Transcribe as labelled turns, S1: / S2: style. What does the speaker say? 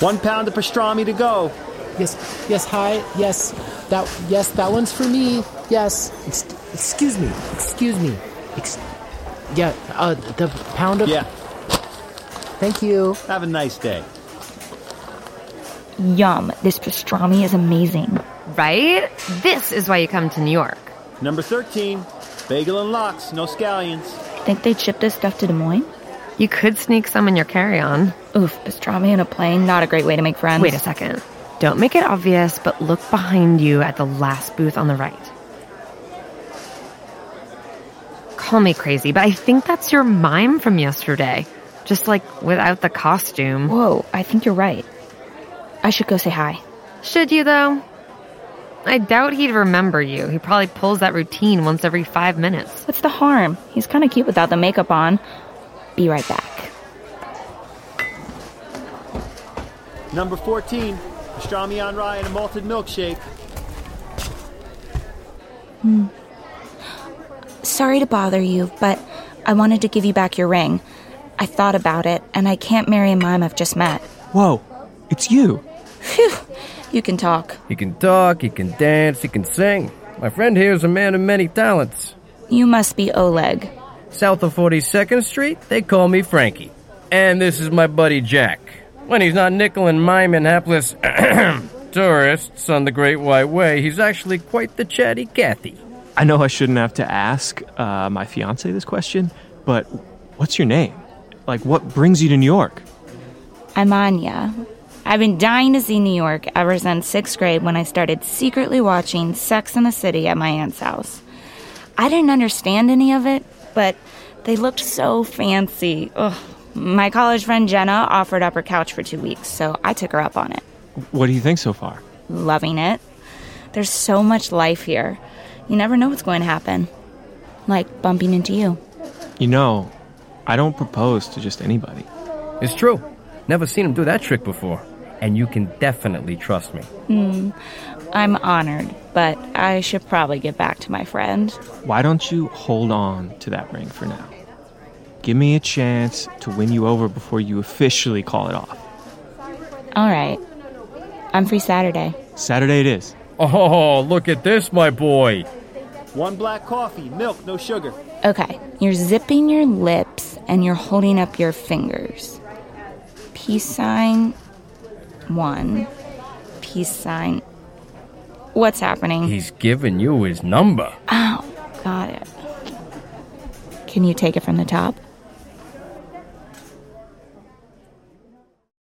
S1: One pound of pastrami to go.
S2: Yes, yes, hi, yes, that, yes, that one's for me. Yes, Ex- excuse me, excuse me, Ex- yeah, uh, the pound of.
S1: Yeah,
S2: Thank you.
S1: have a nice day.
S3: Yum, this pastrami is amazing.
S4: Right? This is why you come to New York.
S1: Number 13, bagel and lox, no scallions.
S3: Think they ship this stuff to Des Moines?
S4: You could sneak some in your carry on.
S3: Oof, pastrami in a plane, not a great way to make friends.
S4: Wait a second. Don't make it obvious, but look behind you at the last booth on the right. Call me crazy, but I think that's your mime from yesterday. Just like without the costume.
S3: Whoa, I think you're right. I should go say hi.
S4: Should you, though? I doubt he'd remember you. He probably pulls that routine once every five minutes.
S3: What's the harm? He's kind of cute without the makeup on. Be right back.
S1: Number 14, pastrami on rye and a malted milkshake.
S3: Sorry to bother you, but I wanted to give you back your ring. I thought about it, and I can't marry a mime I've just met.
S5: Whoa, it's you.
S3: Phew, you can talk.
S6: He can talk, he can dance, he can sing. My friend here is a man of many talents.
S3: You must be Oleg.
S6: South of 42nd Street, they call me Frankie. And this is my buddy Jack. When he's not nickel and miming hapless tourists on the Great White Way, he's actually quite the chatty Cathy.
S5: I know I shouldn't have to ask uh, my fiance this question, but what's your name? Like, what brings you to New York?
S3: I'm Anya. I've been dying to see New York ever since sixth grade when I started secretly watching Sex in the City at my aunt's house. I didn't understand any of it, but they looked so fancy. Ugh. My college friend Jenna offered up her couch for two weeks, so I took her up on it.
S5: What do you think so far?
S3: Loving it. There's so much life here. You never know what's going to happen. Like bumping into you.
S5: You know, I don't propose to just anybody.
S6: It's true. Never seen him do that trick before. And you can definitely trust me.
S3: I'm honored, but I should probably get back to my friend.
S5: Why don't you hold on to that ring for now? Give me a chance to win you over before you officially call it off.
S3: All right. I'm free Saturday.
S5: Saturday it is.
S6: Oh, look at this, my boy.
S1: One black coffee, milk, no sugar.
S3: Okay. You're zipping your lips and you're holding up your fingers. Peace sign one. Peace sign. What's happening?
S6: He's giving you his number.
S3: Got it. Can you take it from the top?